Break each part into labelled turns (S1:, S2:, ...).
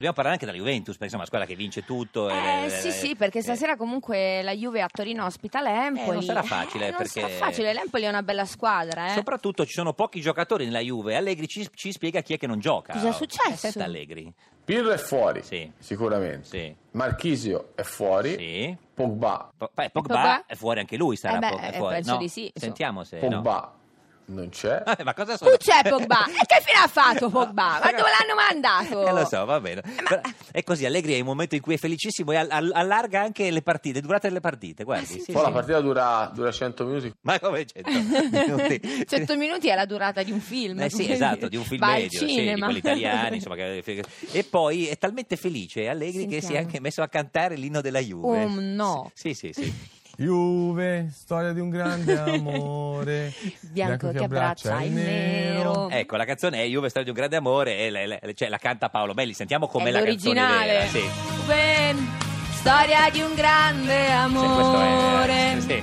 S1: Dobbiamo parlare anche della Juventus, perché insomma, la squadra che vince tutto.
S2: Eh, sì, sì, perché stasera comunque la Juve a Torino ospita
S1: Eh,
S2: l'Empoli.
S1: non sarà facile,
S2: Eh, non
S1: perché-
S2: sarà facile, l'Empoli è una bella squadra, eh.
S1: Soprattutto ci sono pochi giocatori nella Juve. Allegri ci, ci spiega chi è che non gioca.
S2: Cosa è successo?
S1: Eh, Senta Allegri.
S3: Pirlo è fuori,
S1: Sì.
S3: sicuramente.
S1: Sì.
S3: Marchisio è fuori.
S1: Sì.
S3: Pogba,
S1: Po- poi Pogba,
S2: Pogba?
S1: è fuori anche lui, sarà
S2: Eh beh,
S1: po- è
S2: eh,
S1: fuori.
S2: penso
S1: no?
S2: di sì, insomma.
S1: Sentiamo se Eh, no. Ah,
S3: Pogba non c'è.
S1: Vabbè, ma cosa sono?
S2: Non c'è Pogba. E che fine ha fatto Pogba? Ma
S1: ragazzi-
S2: dove l'hanno mandato?
S1: Eh, lo so, va bene. Però è così, Allegri è un momento in cui è felicissimo e all- all- allarga anche le partite, durate le partite, guardi.
S2: sì,
S1: sì,
S2: sì.
S3: Poi la
S1: sì.
S3: partita dura, dura 100 minuti.
S1: Ma come 100 minuti?
S2: 100 minuti è la durata di un film.
S1: Eh sì,
S2: quindi
S1: esatto, di un film
S2: va al
S1: medio, sì, di
S2: cinema.
S1: quelli italiani, insomma, che- e poi è talmente felice e allegri che si è
S2: Sentiamo.
S1: anche messo a cantare l'inno della Juve.
S2: Oh, no.
S1: Sì, sì, sì.
S4: Juve, storia di un grande amore.
S2: Bianco che abbraccia il nero.
S1: Ecco, la canzone è Juve storia di un grande amore e la, la- cioè, la canta Paolo Belli, sentiamo com'è
S2: è
S1: la canzone
S2: l'originale.
S1: vera, sì. Cioè,
S2: Beh, storia di un grande
S1: questo è-
S2: amore.
S1: sì.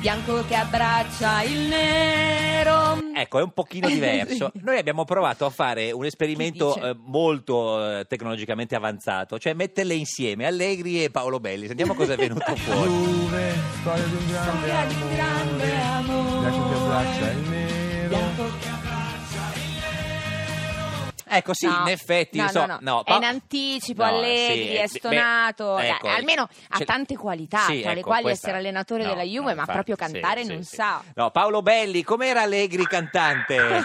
S2: Bianco che abbraccia il nero.
S1: Ecco, è un pochino diverso. Noi abbiamo provato a fare un esperimento
S2: Chi dice?
S1: eh, molto eh, tecnologicamente avanzato, cioè metterle insieme, Allegri e Paolo Belli. Sentiamo cosa è venuto fuori.
S4: Juve, storia di un grande
S2: Storia di un
S4: amore.
S2: grande amore.
S4: Bianco che abbraccia il nero.
S1: Ecco, sì,
S2: No.
S1: in effetti.
S2: no,
S1: insomma,
S2: no, no.
S1: no,
S2: è
S1: pa-
S2: in anticipo
S1: No,
S2: Allegri,
S1: sì,
S2: è
S1: eh,
S2: stonato,
S1: beh,
S2: Dai,
S1: ecco,
S2: almeno ha
S1: ce-
S2: tante qualità,
S1: Sì,
S2: tra le
S1: ecco,
S2: quali
S1: questa-
S2: essere allenatore
S1: no,
S2: della Juve,
S1: no,
S2: ma
S1: infatti,
S2: proprio cantare
S1: sì,
S2: non
S1: sì,
S2: sa.
S1: sì. No, Paolo Belli, com'era Allegri cantante?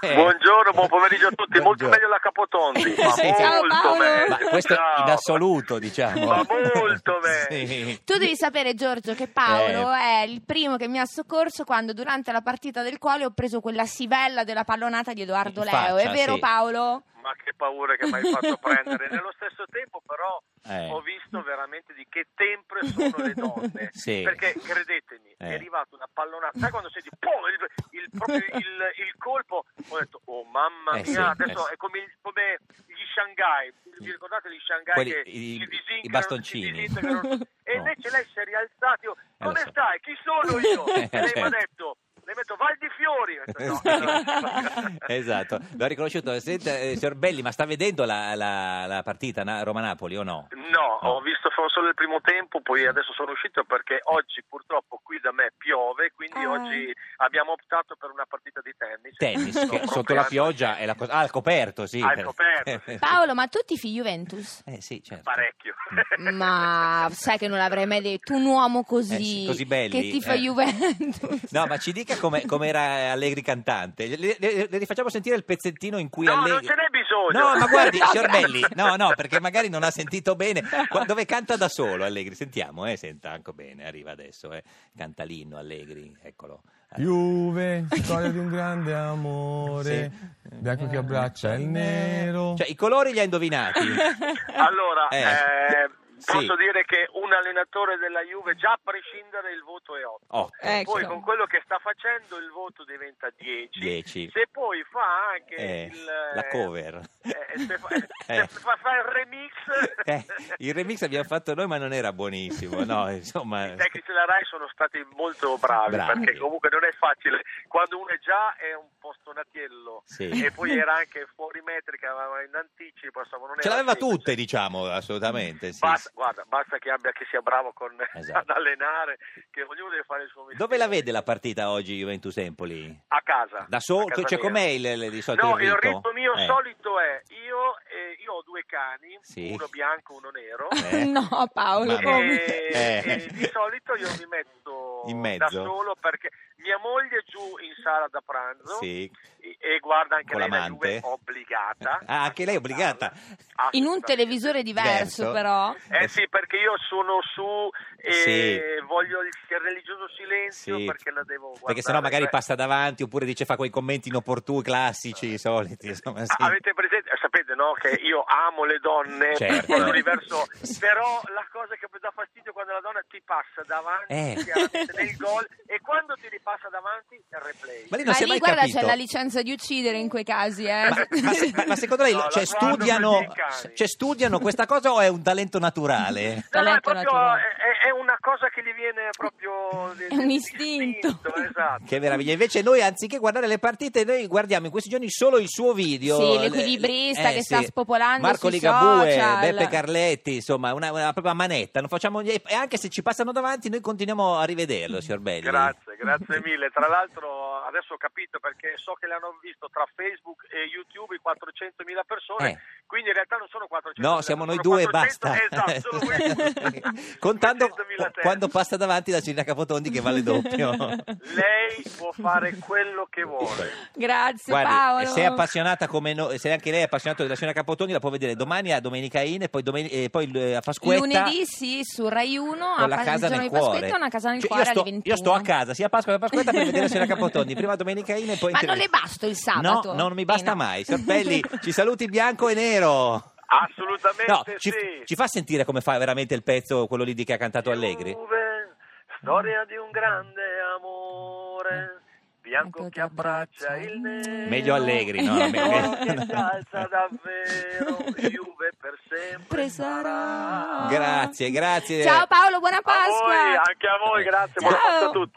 S1: Eh.
S5: Buongiorno, buon pomeriggio a tutti, molto
S1: Buongiorno.
S5: meglio la Capotondi, ma
S1: Sì, sì.
S2: Ciao,
S5: molto
S2: Paolo.
S5: meglio.
S1: Ma questo
S5: Ciao.
S1: in assoluto, diciamo.
S5: Ma molto meglio.
S1: Sì.
S2: Tu devi sapere, Giorgio, che Paolo
S1: Eh.
S2: è il primo che mi ha soccorso quando durante la partita del quale ho preso quella sivella della pallonata di Edoardo
S1: In
S2: Leo. È
S1: faccia,
S2: vero,
S1: sì.
S2: Paolo?
S5: Ma che paura che mi hai fatto prendere. Nello stesso tempo però
S1: Eh.
S5: ho visto veramente di che tempre sono le donne.
S1: Sì.
S5: Perché credetemi,
S1: Eh.
S5: è arrivata una pallonata. Sai quando senti pum, il, il- proprio il, il colpo? Ho detto, oh mamma mia,
S1: Eh sì,
S5: adesso
S1: eh sì.
S5: è come, come gli Shanghai. Vi ricordate gli Shanghai?
S1: Quelli-
S5: che
S1: i-
S5: si
S1: i
S5: disintegrano, si
S1: bastoncini.
S5: disintegrano? E
S1: No.
S5: invece lei si è rialzata. Io,
S1: Eh,
S5: come
S1: lo so.
S5: stai? Chi sono io?
S1: Eh,
S5: e lei mi
S1: certo.
S5: ha detto, le metto Val di Fiori. Ho detto, "No, no".
S1: esatto, l'ho riconosciuto. Senta, eh, signor Belli, ma sta vedendo la, la- la partita na- Roma-Napoli o no?
S5: No,
S1: Ah.
S5: ho visto fa- solo il primo tempo, poi adesso sono uscito perché oggi purtroppo qui da me piove, quindi
S2: Ah.
S5: oggi abbiamo optato per una partita di tennis.
S1: Tennis,
S5: Sto
S1: che sotto la
S5: proprio-
S1: pioggia è la cosa. Ah, al coperto, sì.
S5: Al coperto, sì.
S2: Paolo, ma tu tifi Juventus?
S1: Eh, sì, certo.
S5: Parecchio.
S1: Mm.
S2: Ma sai che non l'avrei mai detto. Un uomo così,
S1: Eh sì, così belli,
S2: che tifa
S1: eh.
S2: Juventus.
S1: No, ma ci dica come era Allegri cantante. Le, le- le rifacciamo sentire il pezzettino in cui
S5: No,
S1: Allegri.
S5: non ce n'è bisogno.
S1: No, ma guardi,
S2: No,
S1: signor
S2: grazie.
S1: Belli, no, no, perché magari non ha sentito bene. Qua- Dove canta da solo Allegri? Sentiamo, eh, senta, anche bene, arriva adesso, eh. Canta l'inno Allegri, eccolo.
S4: Juve, storia di un grande amore.
S1: Sì.
S4: Bianco che abbraccia il nero.
S1: Cioè, i colori li ha indovinati.
S5: Allora,
S1: Eh,
S5: eh,
S1: sì.
S5: posso dire che un allenatore della Juve, già a prescindere il voto è 8.
S1: Otto,
S2: Ecco.
S5: Poi con quello che sta facendo il voto diventa 10.
S1: Dieci.
S5: Se poi fa anche
S1: Eh,
S5: il,
S1: la cover.
S5: eh, se fa,
S1: Eh.
S5: se fa- fa il remix,
S1: Eh, il remix abbiamo fatto noi, ma non era buonissimo, no, insomma.
S5: I tecnici della Rai sono stati molto bravi,
S1: Bravi.
S5: perché comunque non è facile quando uno è già è un po' stonatiello
S1: Sì.
S5: e poi era anche fuori metrica ma in anticipo insomma non
S1: Ce
S5: era
S1: l'aveva
S5: semplice.
S1: tutte, diciamo, assolutamente. sì,
S5: basta,
S1: sì.
S5: guarda, basta che abbia che sia bravo con,
S1: Esatto.
S5: ad allenare che ognuno deve fare il suo mestiere
S1: Dove la vede la partita oggi Juventus-Empoli?
S5: a casa
S1: Da
S5: a
S1: solo?
S5: casa
S1: Cioè,
S5: mia.
S1: com'è il, il- di solito
S5: No,
S1: il
S5: il
S1: rito?
S5: ritmo mio
S1: Eh.
S5: solito è io, eh, io ho due cani,
S1: Sì.
S5: uno bianco, uno nero.
S1: Eh.
S2: No, Paolo,
S1: Ma-
S2: come?
S5: e,
S1: Eh.
S5: e di solito io mi metto
S1: In mezzo.
S5: da solo perché mia moglie è giù in sala da pranzo
S1: Sì.
S5: e, e guarda anche
S1: Con
S5: lei la
S1: l'amante.
S5: Juve obbligata. Ah,
S1: Ah, anche lei è obbligata.
S2: In un
S5: Assolutamente.
S2: televisore diverso,
S1: Diverso.
S2: però.
S5: Eh sì, perché io sono su e
S1: Sì.
S5: voglio il religioso silenzio
S1: Sì.
S5: perché la devo guardare. cioè. Eh,
S1: Perché sennò magari
S5: Beh,
S1: passa davanti oppure dice fa quei commenti inopportuni classici, i soliti. Insomma, sì.
S5: Ah, Avete presente, eh, sapete no, che io amo le donne,
S1: Certo.
S5: con l'universo,
S1: Sì.
S5: però la cosa che mi dà fastidio è quando la donna ti passa davanti
S1: Eh.
S5: chiaramente, nel gol e quando ti passa davanti il replay.
S1: Ma lì non
S2: Ma
S1: si è
S2: lì,
S1: mai
S2: guarda,
S1: capito.
S2: c'è la licenza di uccidere in quei casi, eh.
S1: Ma, ma se- ma- ma secondo lei
S5: No, la
S1: cioè,
S5: guardo
S1: studiano,
S5: perché i cani.
S1: cioè, studiano questa cosa o è un talento naturale?
S5: No, no, è,
S2: Talento
S5: proprio,
S2: naturale.
S5: è- è una cosa che gli viene proprio... di-
S2: È un
S5: di-
S2: istinto.
S5: istinto, esatto.
S1: Che meraviglia. Invece noi anziché guardare le partite, noi guardiamo in questi giorni solo il suo video. Eh,
S2: Sì, l'equilibrista che sta spopolando
S1: Marco
S2: sui
S1: Ligabue,
S2: social.
S1: Beppe Carletti, insomma, una, una propria manetta. Non facciamo niente- E anche se ci passano davanti, noi continuiamo a rivederlo, signor Belli.
S5: Grazie, grazie mille. Tra l'altro adesso ho capito perché so che l'hanno visto tra Facebook e YouTube 400.000 persone,
S1: Eh.
S5: quindi in realtà non sono 400.000.
S1: No, siamo noi
S5: sono
S1: due e
S5: 400,
S1: basta.
S5: Esatto, solo voi due.
S1: Contando
S5: 400.000 te.
S1: quando passa davanti la Cina Capotondi che vale doppio.
S5: Lei può fare quello che vuole.
S2: Grazie
S1: Guardi,
S2: Paolo.
S1: se è appassionata come noi, se anche lei è appassionata della signora Capotoni, la può vedere domani a Domenica In e poi, domen- e poi eh, a Pasquetta.
S2: Lunedì sì, su Rai 1
S1: con la
S2: a diciamo,
S1: casa nel
S2: di
S1: cuore.
S2: Pasquetta una casa nel
S1: Cioè,
S2: cuore eh.
S1: io, sto,
S2: alle 21.
S1: io sto a casa sia a Pasqua che a Pasquetta per vedere se la Capotoni. Prima Domenica In e poi.
S2: Ma non le basta il sabato?
S1: No, no, non mi
S2: Eh,
S1: basta
S2: no.
S1: mai. Sorbelli, ci saluti bianco e nero.
S5: Assolutamente
S1: No,
S5: sì.
S1: ci, ci fa sentire come fa veramente il pezzo quello lì di che ha cantato Allegri?
S5: oh. Juve, storia di un grande amore. Bianco che abbraccia il nero.
S1: Meglio Allegri, no? no, me-
S5: Oro che
S1: me-
S5: si alza davvero, Juve per sempre
S2: Pre
S5: sarà.
S2: sarà.
S1: Grazie, grazie. eh.
S2: Ciao Paolo, buona
S5: A
S2: Pasqua.
S5: voi, anche a voi, grazie. Buona
S2: Ciao.
S5: Buonanotte a tutti.